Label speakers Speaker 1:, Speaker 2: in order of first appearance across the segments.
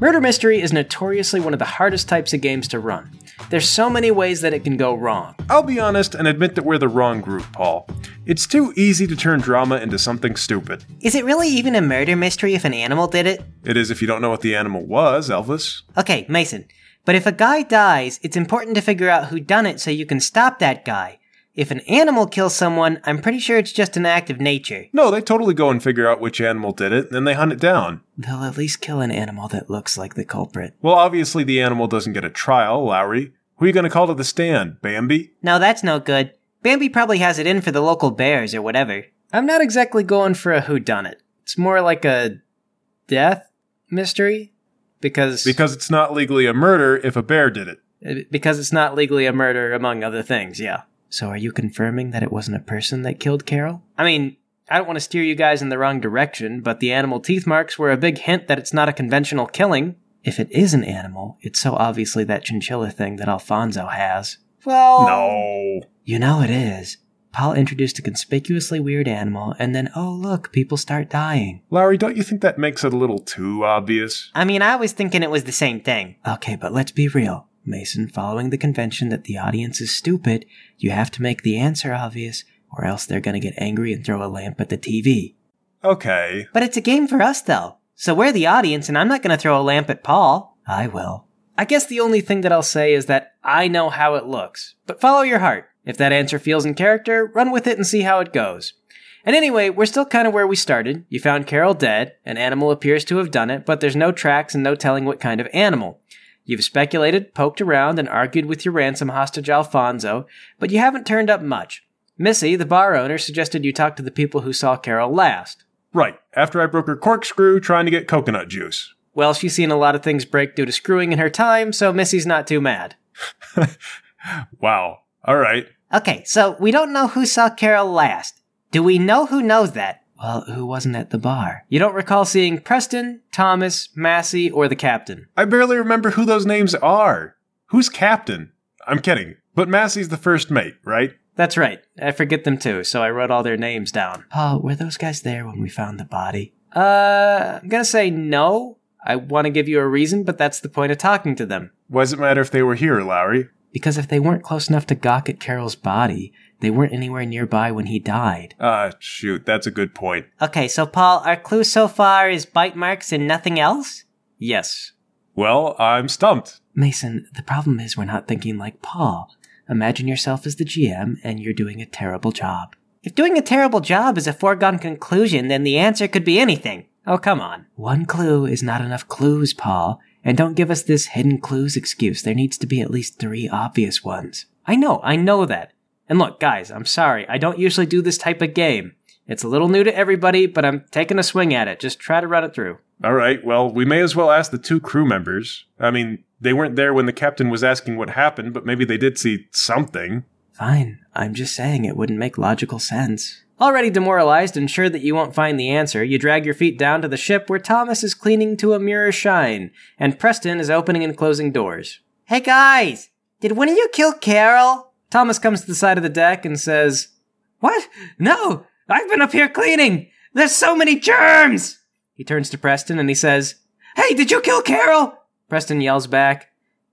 Speaker 1: Murder Mystery is notoriously one of the hardest types of games to run. There's so many ways that it can go wrong.
Speaker 2: I'll be honest and admit that we're the wrong group, Paul. It's too easy to turn drama into something stupid.
Speaker 3: Is it really even a murder mystery if an animal did it?
Speaker 2: It is if you don't know what the animal was, Elvis.
Speaker 3: Okay, Mason. But if a guy dies, it's important to figure out who done it so you can stop that guy. If an animal kills someone, I'm pretty sure it's just an act of nature.
Speaker 2: No, they totally go and figure out which animal did it, and then they hunt it down.
Speaker 1: They'll at least kill an animal that looks like the culprit.
Speaker 2: Well, obviously, the animal doesn't get a trial, Lowry. Who are you going to call to the stand, Bambi?
Speaker 3: No, that's no good. Bambi probably has it in for the local bears or whatever.
Speaker 1: I'm not exactly going for a whodunit. It's more like a death mystery because
Speaker 2: Because it's not legally a murder if a bear did it.
Speaker 1: because it's not legally a murder among other things, yeah. So are you confirming that it wasn't a person that killed Carol? I mean, I don't want to steer you guys in the wrong direction, but the animal teeth marks were a big hint that it's not a conventional killing. If it is an animal, it's so obviously that chinchilla thing that Alfonso has. Oh.
Speaker 3: Well,
Speaker 2: No.
Speaker 1: You know it is. Paul introduced a conspicuously weird animal, and then, oh look, people start dying.
Speaker 2: Lowry, don't you think that makes it a little too obvious?
Speaker 3: I mean, I was thinking it was the same thing.
Speaker 1: Okay, but let's be real. Mason, following the convention that the audience is stupid, you have to make the answer obvious, or else they're gonna get angry and throw a lamp at the TV.
Speaker 2: Okay.
Speaker 3: But it's a game for us, though. So we're the audience, and I'm not going to throw a lamp at Paul.
Speaker 1: I will. I guess the only thing that I'll say is that I know how it looks, but follow your heart. If that answer feels in character, run with it and see how it goes. And anyway, we're still kind of where we started. You found Carol dead, an animal appears to have done it, but there's no tracks and no telling what kind of animal. You've speculated, poked around, and argued with your ransom hostage Alfonso, but you haven't turned up much. Missy, the bar owner, suggested you talk to the people who saw Carol last.
Speaker 2: Right. After I broke her corkscrew trying to get coconut juice.
Speaker 1: Well, she's seen a lot of things break due to screwing in her time, so Missy's not too mad.
Speaker 2: Wow. All right.
Speaker 3: Okay, so we don't know who saw Carol last. Do we know who knows that?
Speaker 1: Well, who wasn't at the bar? You don't recall seeing Preston, Thomas, Massey, or the captain.
Speaker 2: I barely remember who those names are. Who's captain? I'm kidding. But Massey's the first mate, right?
Speaker 1: That's right. I forget them too, so I wrote all their names down. Paul, were those guys there when we found the body? Uh, I'm gonna say no. I want to give you a reason, but that's the point of talking to them.
Speaker 2: Why does it matter if they were here, Lowry?
Speaker 1: Because if they weren't close enough to gawk at Carol's body, they weren't anywhere nearby when he died.
Speaker 2: Ah, shoot, that's a good point.
Speaker 3: Okay, so Paul, our clue so far is bite marks and nothing else?
Speaker 1: Yes.
Speaker 2: Well, I'm stumped.
Speaker 1: Mason, the problem is we're not thinking like Paul. Imagine yourself as the GM and you're doing a terrible job.
Speaker 3: If doing a terrible job is a foregone conclusion, then the answer could be anything.
Speaker 1: Oh, come on. One clue is not enough clues, Paul. And don't give us this hidden clues excuse. There needs to be at least three obvious ones. I know, I know that. And look, guys, I'm sorry. I don't usually do this type of game. It's a little new to everybody, but I'm taking a swing at it. Just try to run it through.
Speaker 2: All right, well, we may as well ask the two crew members. I mean, they weren't there when the captain was asking what happened, but maybe they did see something.
Speaker 1: Fine. I'm just saying it wouldn't make logical sense. Already demoralized and sure that you won't find the answer, you drag your feet down to the ship where Thomas is cleaning to a mirror shine, and Preston is opening and closing doors.
Speaker 3: Hey guys, did one of you kill Carol?
Speaker 1: Thomas comes to the side of the deck and says, What? No! I've been up here cleaning! There's so many germs! He turns to Preston and he says, Hey, did you kill Carol? Preston yells back,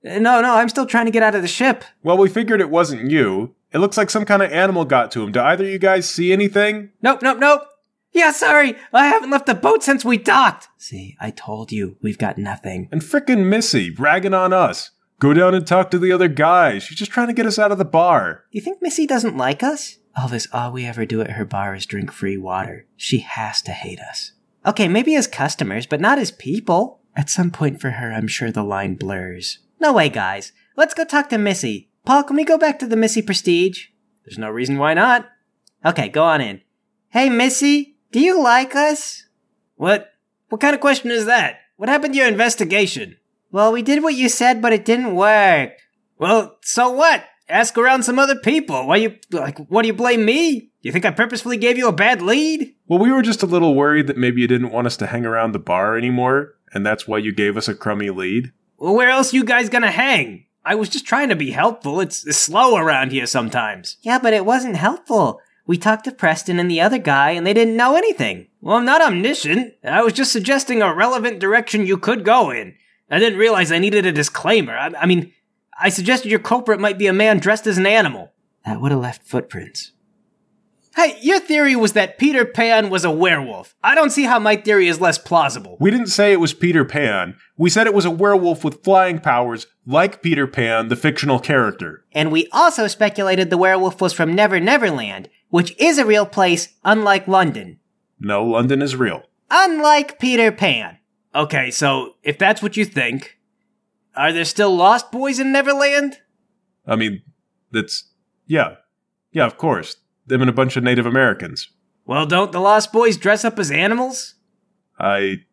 Speaker 1: "Uh, No, no, I'm still trying to get out of the ship.
Speaker 2: Well, we figured it wasn't you. It looks like some kind of animal got to him. Do either of you guys see anything?
Speaker 1: Nope, nope, nope. Yeah, sorry. I haven't left the boat since we docked. See, I told you, we've got nothing.
Speaker 2: And frickin' Missy, ragging on us. Go down and talk to the other guys. She's just trying to get us out of the bar.
Speaker 3: You think Missy doesn't like us?
Speaker 1: Elvis, all we ever do at her bar is drink free water. She has to hate us.
Speaker 3: Okay, maybe as customers, but not as people.
Speaker 1: At some point for her, I'm sure the line blurs.
Speaker 3: No way, guys. Let's go talk to Missy. Paul, can we go back to the Missy Prestige?
Speaker 1: There's no reason why not.
Speaker 3: Okay, go on in. Hey, Missy, do you like us?
Speaker 1: What? What kind of question is that? What happened to your investigation?
Speaker 3: Well, we did what you said, but it didn't work.
Speaker 1: Well, so what? Ask around some other people. Why you like? What do you blame me? You think I purposefully gave you a bad lead?
Speaker 2: Well, we were just a little worried that maybe you didn't want us to hang around the bar anymore, and that's why you gave us a crummy lead.
Speaker 1: Well, where else you guys gonna hang? I was just trying to be helpful. It's, it's slow around here sometimes.
Speaker 3: Yeah, but it wasn't helpful. We talked to Preston and the other guy, and they didn't know anything.
Speaker 1: Well, I'm not omniscient. I was just suggesting a relevant direction you could go in. I didn't realize I needed a disclaimer. I, I mean, I suggested your culprit might be a man dressed as an animal. That would have left footprints. Hey, your theory was that Peter Pan was a werewolf. I don't see how my theory is less plausible.
Speaker 2: We didn't say it was Peter Pan. We said it was a werewolf with flying powers, like Peter Pan, the fictional character.
Speaker 3: And we also speculated the werewolf was from Never Neverland, which is a real place, unlike London.
Speaker 2: No, London is real.
Speaker 3: Unlike Peter Pan.
Speaker 1: Okay, so if that's what you think, are there still lost boys in Neverland?
Speaker 2: I mean, that's. Yeah. Yeah, of course. Them and a bunch of Native Americans.
Speaker 1: Well, don't the lost boys dress up as animals?
Speaker 2: I.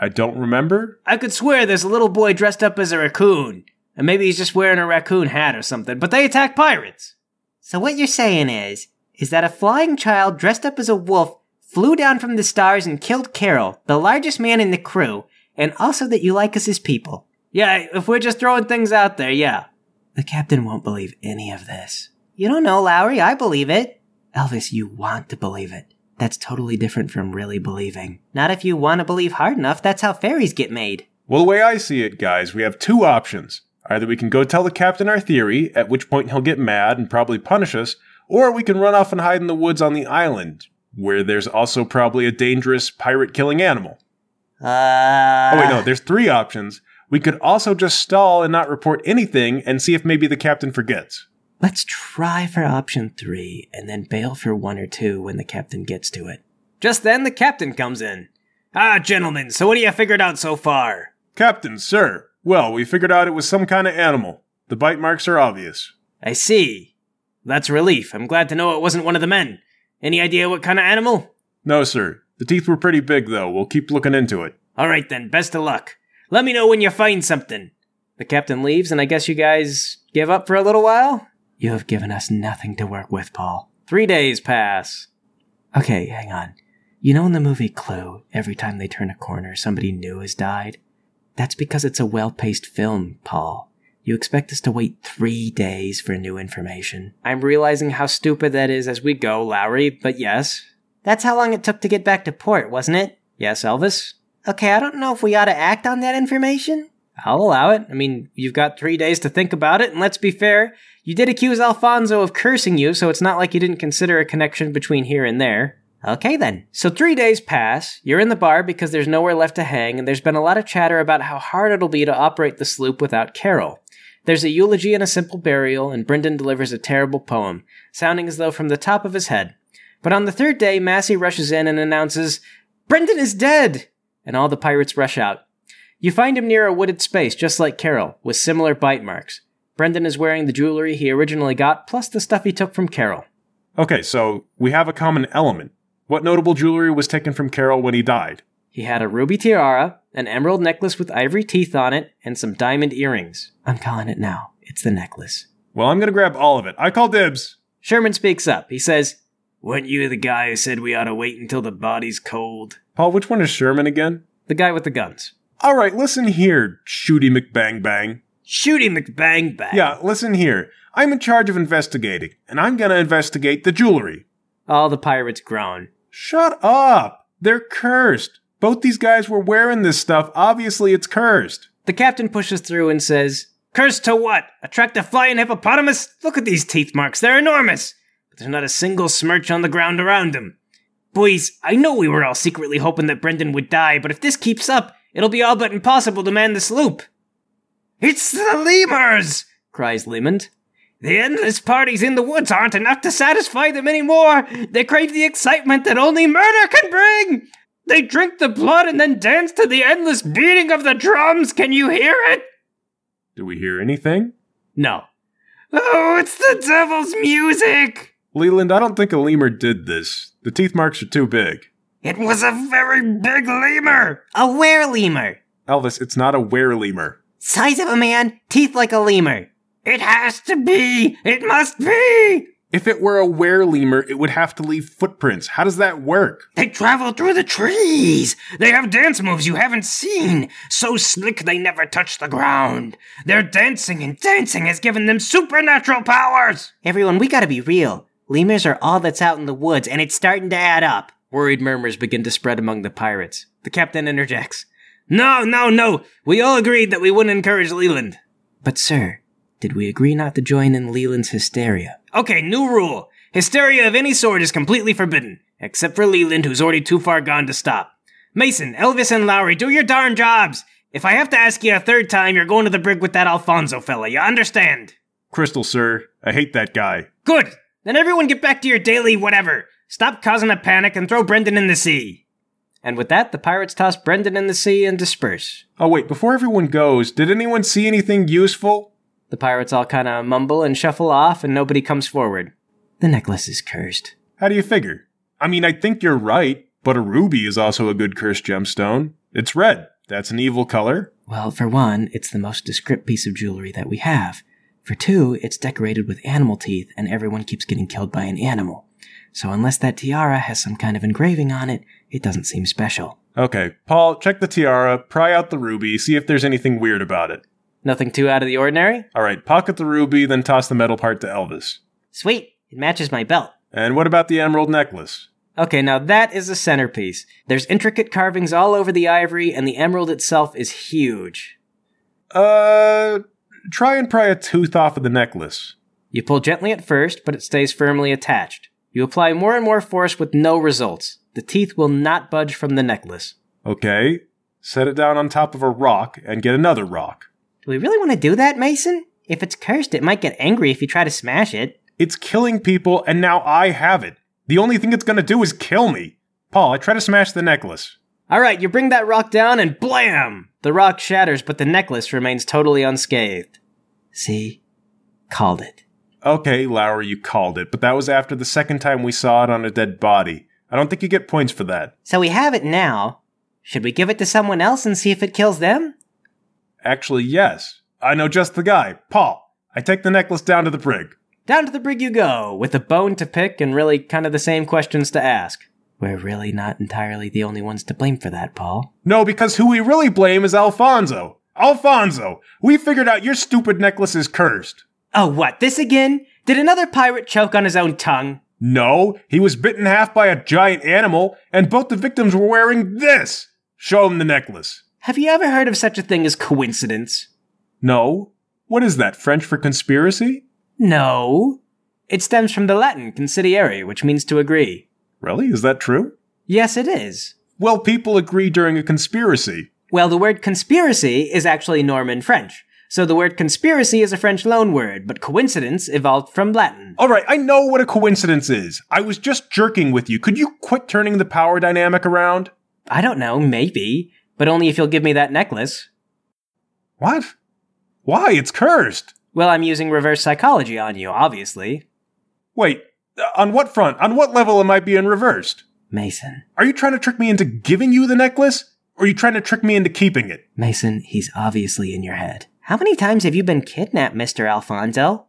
Speaker 2: I don't remember.
Speaker 1: I could swear there's a little boy dressed up as a raccoon. And maybe he's just wearing a raccoon hat or something, but they attack pirates.
Speaker 3: So what you're saying is, is that a flying child dressed up as a wolf flew down from the stars and killed Carol, the largest man in the crew, and also that you like us as people.
Speaker 1: Yeah, if we're just throwing things out there, yeah.
Speaker 3: The captain won't believe any of this. You don't know, Lowry, I believe it.
Speaker 1: Elvis, you want to believe it. That's totally different from really believing.
Speaker 3: Not if you want to believe hard enough, that's how fairies get made.
Speaker 2: Well, the way I see it, guys, we have two options. Either we can go tell the captain our theory, at which point he'll get mad and probably punish us, or we can run off and hide in the woods on the island, where there's also probably a dangerous pirate killing animal.
Speaker 3: Uh,
Speaker 2: Oh, wait, no, there's three options. We could also just stall and not report anything and see if maybe the captain forgets.
Speaker 1: Let's try for option three and then bail for one or two when the captain gets to it. Just then, the captain comes in. Ah, gentlemen, so what do you figured out so far?
Speaker 2: Captain, sir, well, we figured out it was some kind of animal. The bite marks are obvious.
Speaker 1: I see. That's relief. I'm glad to know it wasn't one of the men. Any idea what kind of animal?
Speaker 2: No, sir. The teeth were pretty big, though. We'll keep looking into it.
Speaker 1: All right then, best of luck. Let me know when you find something. The captain leaves, and I guess you guys give up for a little while? You have given us nothing to work with, Paul. Three days pass. Okay, hang on. You know in the movie Clue, every time they turn a corner, somebody new has died? That's because it's a well paced film, Paul. You expect us to wait three days for new information. I'm realizing how stupid that is as we go, Lowry, but yes.
Speaker 3: that's how long it took to get back to port, wasn't it?
Speaker 1: Yes, Elvis?
Speaker 3: Okay, I don't know if we ought to act on that information.
Speaker 1: I'll allow it. I mean, you've got three days to think about it, and let's be fair, you did accuse Alfonso of cursing you, so it's not like you didn't consider a connection between here and there.
Speaker 3: Okay then.
Speaker 1: So three days pass, you're in the bar because there's nowhere left to hang, and there's been a lot of chatter about how hard it'll be to operate the sloop without Carol. There's a eulogy and a simple burial, and Brendan delivers a terrible poem, sounding as though from the top of his head. But on the third day, Massey rushes in and announces, Brendan is dead! And all the pirates rush out. You find him near a wooded space, just like Carol, with similar bite marks. Brendan is wearing the jewelry he originally got, plus the stuff he took from Carol.
Speaker 2: Okay, so we have a common element. What notable jewelry was taken from Carol when he died?
Speaker 1: He had a ruby tiara, an emerald necklace with ivory teeth on it, and some diamond earrings. I'm calling it now. It's the necklace.
Speaker 2: Well, I'm gonna grab all of it. I call dibs.
Speaker 1: Sherman speaks up. He says, Weren't you the guy who said we ought to wait until the body's cold?
Speaker 2: Paul, which one is Sherman again?
Speaker 1: The guy with the guns.
Speaker 2: All right, listen here, Shooty McBang Bang.
Speaker 1: Shoot him, McBang Bang.
Speaker 2: Yeah, listen here. I'm in charge of investigating, and I'm gonna investigate the jewelry.
Speaker 1: All the pirates groan.
Speaker 2: Shut up! They're cursed. Both these guys were wearing this stuff. Obviously, it's cursed.
Speaker 1: The captain pushes through and says, Curse to what? Attract a flying hippopotamus? Look at these teeth marks, they're enormous! But there's not a single smirch on the ground around them. Boys, I know we were all secretly hoping that Brendan would die, but if this keeps up, it'll be all but impossible to man the sloop. It's the lemurs! cries Lemond. The endless parties in the woods aren't enough to satisfy them anymore! They crave the excitement that only murder can bring! They drink the blood and then dance to the endless beating of the drums. Can you hear it?
Speaker 2: Do we hear anything?
Speaker 1: No. Oh, it's the devil's music!
Speaker 2: Leland, I don't think a lemur did this. The teeth marks are too big.
Speaker 1: It was a very big lemur!
Speaker 3: A were lemur.
Speaker 2: Elvis, it's not a were lemur.
Speaker 3: Size of a man, teeth like a lemur.
Speaker 1: It has to be! It must be!
Speaker 2: If it were a were lemur, it would have to leave footprints. How does that work?
Speaker 1: They travel through the trees! They have dance moves you haven't seen! So slick they never touch the ground! Their dancing and dancing has given them supernatural powers!
Speaker 3: Everyone, we gotta be real. Lemurs are all that's out in the woods, and it's starting to add up.
Speaker 1: Worried murmurs begin to spread among the pirates. The captain interjects. No, no, no. We all agreed that we wouldn't encourage Leland. But, sir, did we agree not to join in Leland's hysteria? Okay, new rule. Hysteria of any sort is completely forbidden, except for Leland, who's already too far gone to stop. Mason, Elvis, and Lowry, do your darn jobs! If I have to ask you a third time, you're going to the brig with that Alfonso fella, you understand?
Speaker 2: Crystal, sir, I hate that guy.
Speaker 1: Good! Then everyone get back to your daily whatever. Stop causing a panic and throw Brendan in the sea. And with that, the pirates toss Brendan in the sea and disperse.
Speaker 2: Oh, wait, before everyone goes, did anyone see anything useful?
Speaker 1: The pirates all kind of mumble and shuffle off, and nobody comes forward. The necklace is cursed.
Speaker 2: How do you figure? I mean, I think you're right, but a ruby is also a good cursed gemstone. It's red. That's an evil color.
Speaker 1: Well, for one, it's the most descript piece of jewelry that we have. For two, it's decorated with animal teeth, and everyone keeps getting killed by an animal. So unless that tiara has some kind of engraving on it, it doesn't seem special.
Speaker 2: Okay, Paul, check the tiara, pry out the ruby, see if there's anything weird about it.
Speaker 1: Nothing too out of the ordinary?
Speaker 2: All right, pocket the ruby, then toss the metal part to Elvis.
Speaker 3: Sweet, it matches my belt.
Speaker 2: And what about the emerald necklace?
Speaker 1: Okay, now that is a centerpiece. There's intricate carvings all over the ivory, and the emerald itself is huge.
Speaker 2: Uh, try and pry a tooth off of the necklace.
Speaker 1: You pull gently at first, but it stays firmly attached. You apply more and more force with no results. The teeth will not budge from the necklace.
Speaker 2: Okay, set it down on top of a rock and get another rock.
Speaker 3: Do we really want to do that, Mason? If it's cursed, it might get angry if you try to smash it.
Speaker 2: It's killing people, and now I have it. The only thing it's gonna do is kill me. Paul, I try to smash the necklace.
Speaker 1: All right, you bring that rock down and blam! The rock shatters, but the necklace remains totally unscathed. See? Called it.
Speaker 2: Okay, Lowry, you called it, but that was after the second time we saw it on a dead body. I don't think you get points for that.
Speaker 3: So we have it now. Should we give it to someone else and see if it kills them?
Speaker 2: Actually, yes. I know just the guy, Paul. I take the necklace down to the brig.
Speaker 1: Down to the brig you go, with a bone to pick and really kind of the same questions to ask. We're really not entirely the only ones to blame for that, Paul.
Speaker 2: No, because who we really blame is Alfonso. Alfonso, we figured out your stupid necklace is cursed.
Speaker 1: Oh, what, this again? Did another pirate choke on his own tongue?
Speaker 2: No, he was bitten in half by a giant animal, and both the victims were wearing this. Show him the necklace.
Speaker 1: Have you ever heard of such a thing as coincidence?
Speaker 2: No. What is that, French for conspiracy?
Speaker 1: No. It stems from the Latin considiere, which means to agree.
Speaker 2: Really? Is that true?
Speaker 1: Yes, it is.
Speaker 2: Well, people agree during a conspiracy.
Speaker 1: Well, the word conspiracy is actually Norman French. So the word conspiracy is a French loanword, but coincidence evolved from Latin.
Speaker 2: All right, I know what a coincidence is. I was just jerking with you. Could you quit turning the power dynamic around?
Speaker 1: I don't know, maybe, but only if you'll give me that necklace.
Speaker 2: What? Why? It's cursed.
Speaker 1: Well, I'm using reverse psychology on you, obviously.
Speaker 2: Wait, uh, on what front? On what level am I being reversed?
Speaker 1: Mason.
Speaker 2: Are you trying to trick me into giving you the necklace? Or are you trying to trick me into keeping it?
Speaker 1: Mason, he's obviously in your head.
Speaker 3: How many times have you been kidnapped, Mr. Alfonso?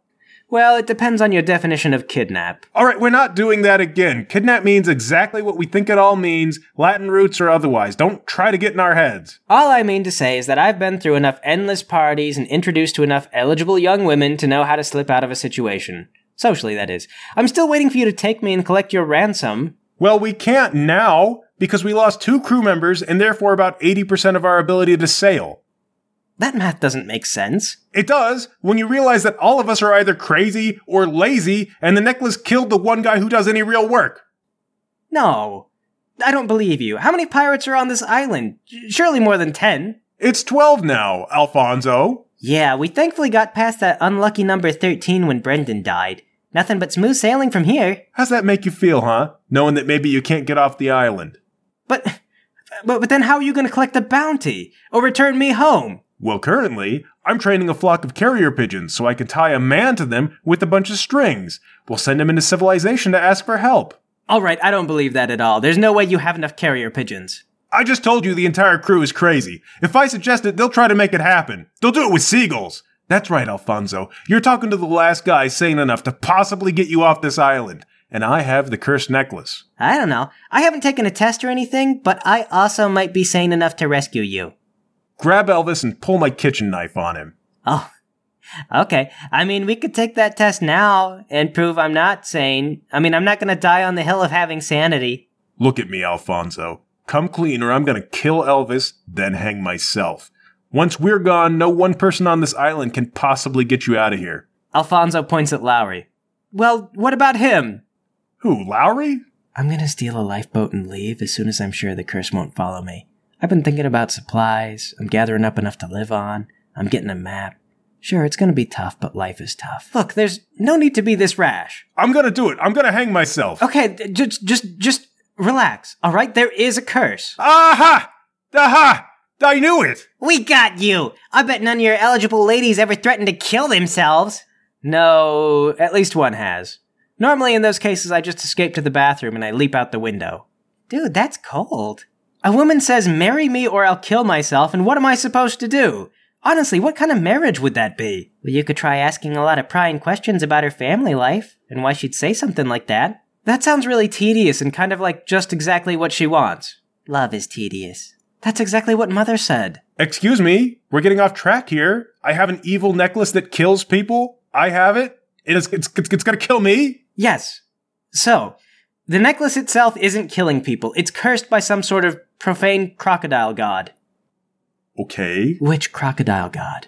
Speaker 1: Well, it depends on your definition of kidnap.
Speaker 2: All right, we're not doing that again. Kidnap means exactly what we think it all means, Latin roots or otherwise. Don't try to get in our heads.
Speaker 1: All I mean to say is that I've been through enough endless parties and introduced to enough eligible young women to know how to slip out of a situation. Socially, that is. I'm still waiting for you to take me and collect your ransom.
Speaker 2: Well, we can't now because we lost two crew members and therefore about 80% of our ability to sail.
Speaker 1: That math doesn't make sense.
Speaker 2: It does when you realize that all of us are either crazy or lazy, and the necklace killed the one guy who does any real work.
Speaker 1: No. I don't believe you. How many pirates are on this island? Surely more than 10.
Speaker 2: It's 12 now, Alfonso.
Speaker 3: Yeah, we thankfully got past that unlucky number 13 when Brendan died. Nothing but smooth sailing from here.
Speaker 2: How's that make you feel, huh? Knowing that maybe you can't get off the island.
Speaker 1: But, but, but then how are you going to collect the bounty? Or return me home?
Speaker 2: Well, currently, I'm training a flock of carrier pigeons so I can tie a man to them with a bunch of strings. We'll send him into civilization to ask for help.
Speaker 1: Alright, I don't believe that at all. There's no way you have enough carrier pigeons.
Speaker 2: I just told you the entire crew is crazy. If I suggest it, they'll try to make it happen. They'll do it with seagulls. That's right, Alfonso. You're talking to the last guy sane enough to possibly get you off this island. And I have the cursed necklace.
Speaker 3: I don't know. I haven't taken a test or anything, but I also might be sane enough to rescue you.
Speaker 2: Grab Elvis and pull my kitchen knife on him.
Speaker 3: Oh, okay. I mean, we could take that test now and prove I'm not sane. I mean, I'm not going to die on the hill of having sanity.
Speaker 2: Look at me, Alfonso. Come clean or I'm going to kill Elvis, then hang myself. Once we're gone, no one person on this island can possibly get you out of here.
Speaker 1: Alfonso points at Lowry. Well, what about him?
Speaker 2: Who, Lowry?
Speaker 1: I'm gonna steal a lifeboat and leave as soon as I'm sure the curse won't follow me. I've been thinking about supplies. I'm gathering up enough to live on. I'm getting a map. Sure, it's gonna be tough, but life is tough. Look, there's no need to be this rash.
Speaker 2: I'm going to do it. I'm going to hang myself.
Speaker 1: Okay, j- just, just, just relax. All right, there is a curse.
Speaker 2: Aha! Aha! I knew it!
Speaker 3: We got you! I bet none of your eligible ladies ever threatened to kill themselves.
Speaker 1: No, at least one has. Normally, in those cases, I just escape to the bathroom and I leap out the window.
Speaker 3: Dude, that's cold.
Speaker 1: A woman says, Marry me or I'll kill myself, and what am I supposed to do? Honestly, what kind of marriage would that be?
Speaker 3: Well, you could try asking a lot of prying questions about her family life and why she'd say something like that.
Speaker 1: That sounds really tedious and kind of like just exactly what she wants.
Speaker 3: Love is tedious.
Speaker 1: That's exactly what Mother said.
Speaker 2: Excuse me, we're getting off track here. I have an evil necklace that kills people. I have it. It is, it's, it's, it's gonna kill me.
Speaker 1: Yes. So, the necklace itself isn't killing people, it's cursed by some sort of profane crocodile god.
Speaker 2: Okay.
Speaker 1: Which crocodile god?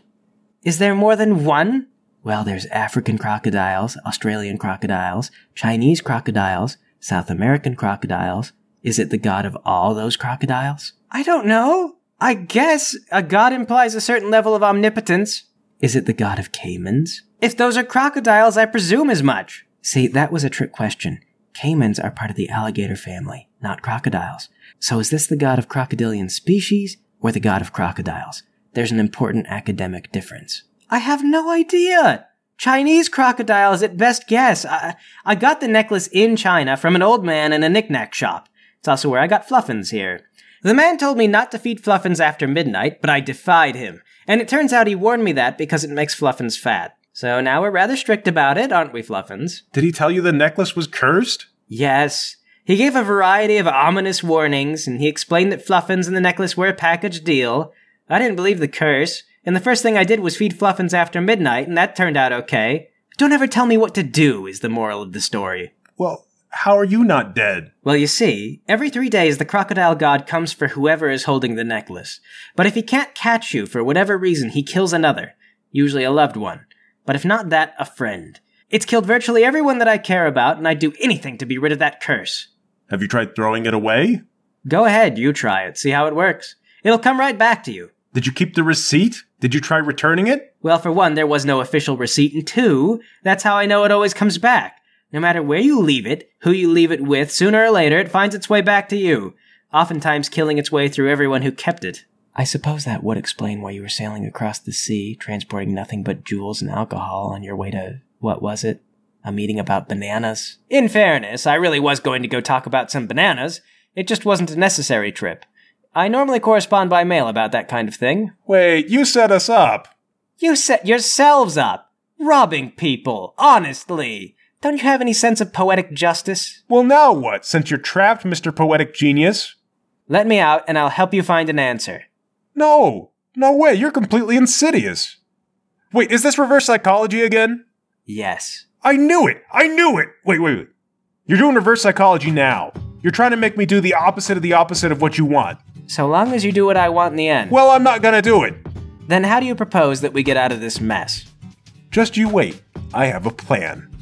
Speaker 1: Is there more than one? Well, there's African crocodiles, Australian crocodiles, Chinese crocodiles, South American crocodiles. Is it the god of all those crocodiles? I don't know. I guess a god implies a certain level of omnipotence. Is it the god of caimans? If those are crocodiles, I presume as much. See, that was a trick question. Caimans are part of the alligator family, not crocodiles. So is this the god of crocodilian species or the god of crocodiles? There's an important academic difference. I have no idea. Chinese crocodiles at best guess. I, I got the necklace in China from an old man in a knickknack shop. It's also where I got Fluffins here. The man told me not to feed Fluffins after midnight, but I defied him. And it turns out he warned me that because it makes Fluffins fat. So now we're rather strict about it, aren't we, Fluffins?
Speaker 2: Did he tell you the necklace was cursed?
Speaker 1: Yes. He gave a variety of ominous warnings, and he explained that Fluffins and the necklace were a package deal. I didn't believe the curse, and the first thing I did was feed Fluffins after midnight, and that turned out okay. Don't ever tell me what to do, is the moral of the story.
Speaker 2: Well, how are you not dead?
Speaker 1: Well, you see, every three days the crocodile god comes for whoever is holding the necklace. But if he can't catch you for whatever reason, he kills another, usually a loved one. But if not that, a friend. It's killed virtually everyone that I care about, and I'd do anything to be rid of that curse.
Speaker 2: Have you tried throwing it away?
Speaker 1: Go ahead, you try it, see how it works. It'll come right back to you.
Speaker 2: Did you keep the receipt? Did you try returning it?
Speaker 1: Well, for one, there was no official receipt, and two, that's how I know it always comes back. No matter where you leave it, who you leave it with, sooner or later it finds its way back to you, oftentimes killing its way through everyone who kept it. I suppose that would explain why you were sailing across the sea, transporting nothing but jewels and alcohol on your way to, what was it? A meeting about bananas? In fairness, I really was going to go talk about some bananas. It just wasn't a necessary trip. I normally correspond by mail about that kind of thing.
Speaker 2: Wait, you set us up.
Speaker 1: You set yourselves up! Robbing people, honestly! Don't you have any sense of poetic justice?
Speaker 2: Well, now what? Since you're trapped, Mr. Poetic Genius?
Speaker 1: Let me out and I'll help you find an answer.
Speaker 2: No, no way. You're completely insidious. Wait, is this reverse psychology again?
Speaker 1: Yes.
Speaker 2: I knew it. I knew it. Wait, wait, wait. You're doing reverse psychology now. You're trying to make me do the opposite of the opposite of what you want.
Speaker 1: So long as you do what I want in the end.
Speaker 2: Well, I'm not gonna do it.
Speaker 1: Then how do you propose that we get out of this mess?
Speaker 2: Just you wait. I have a plan.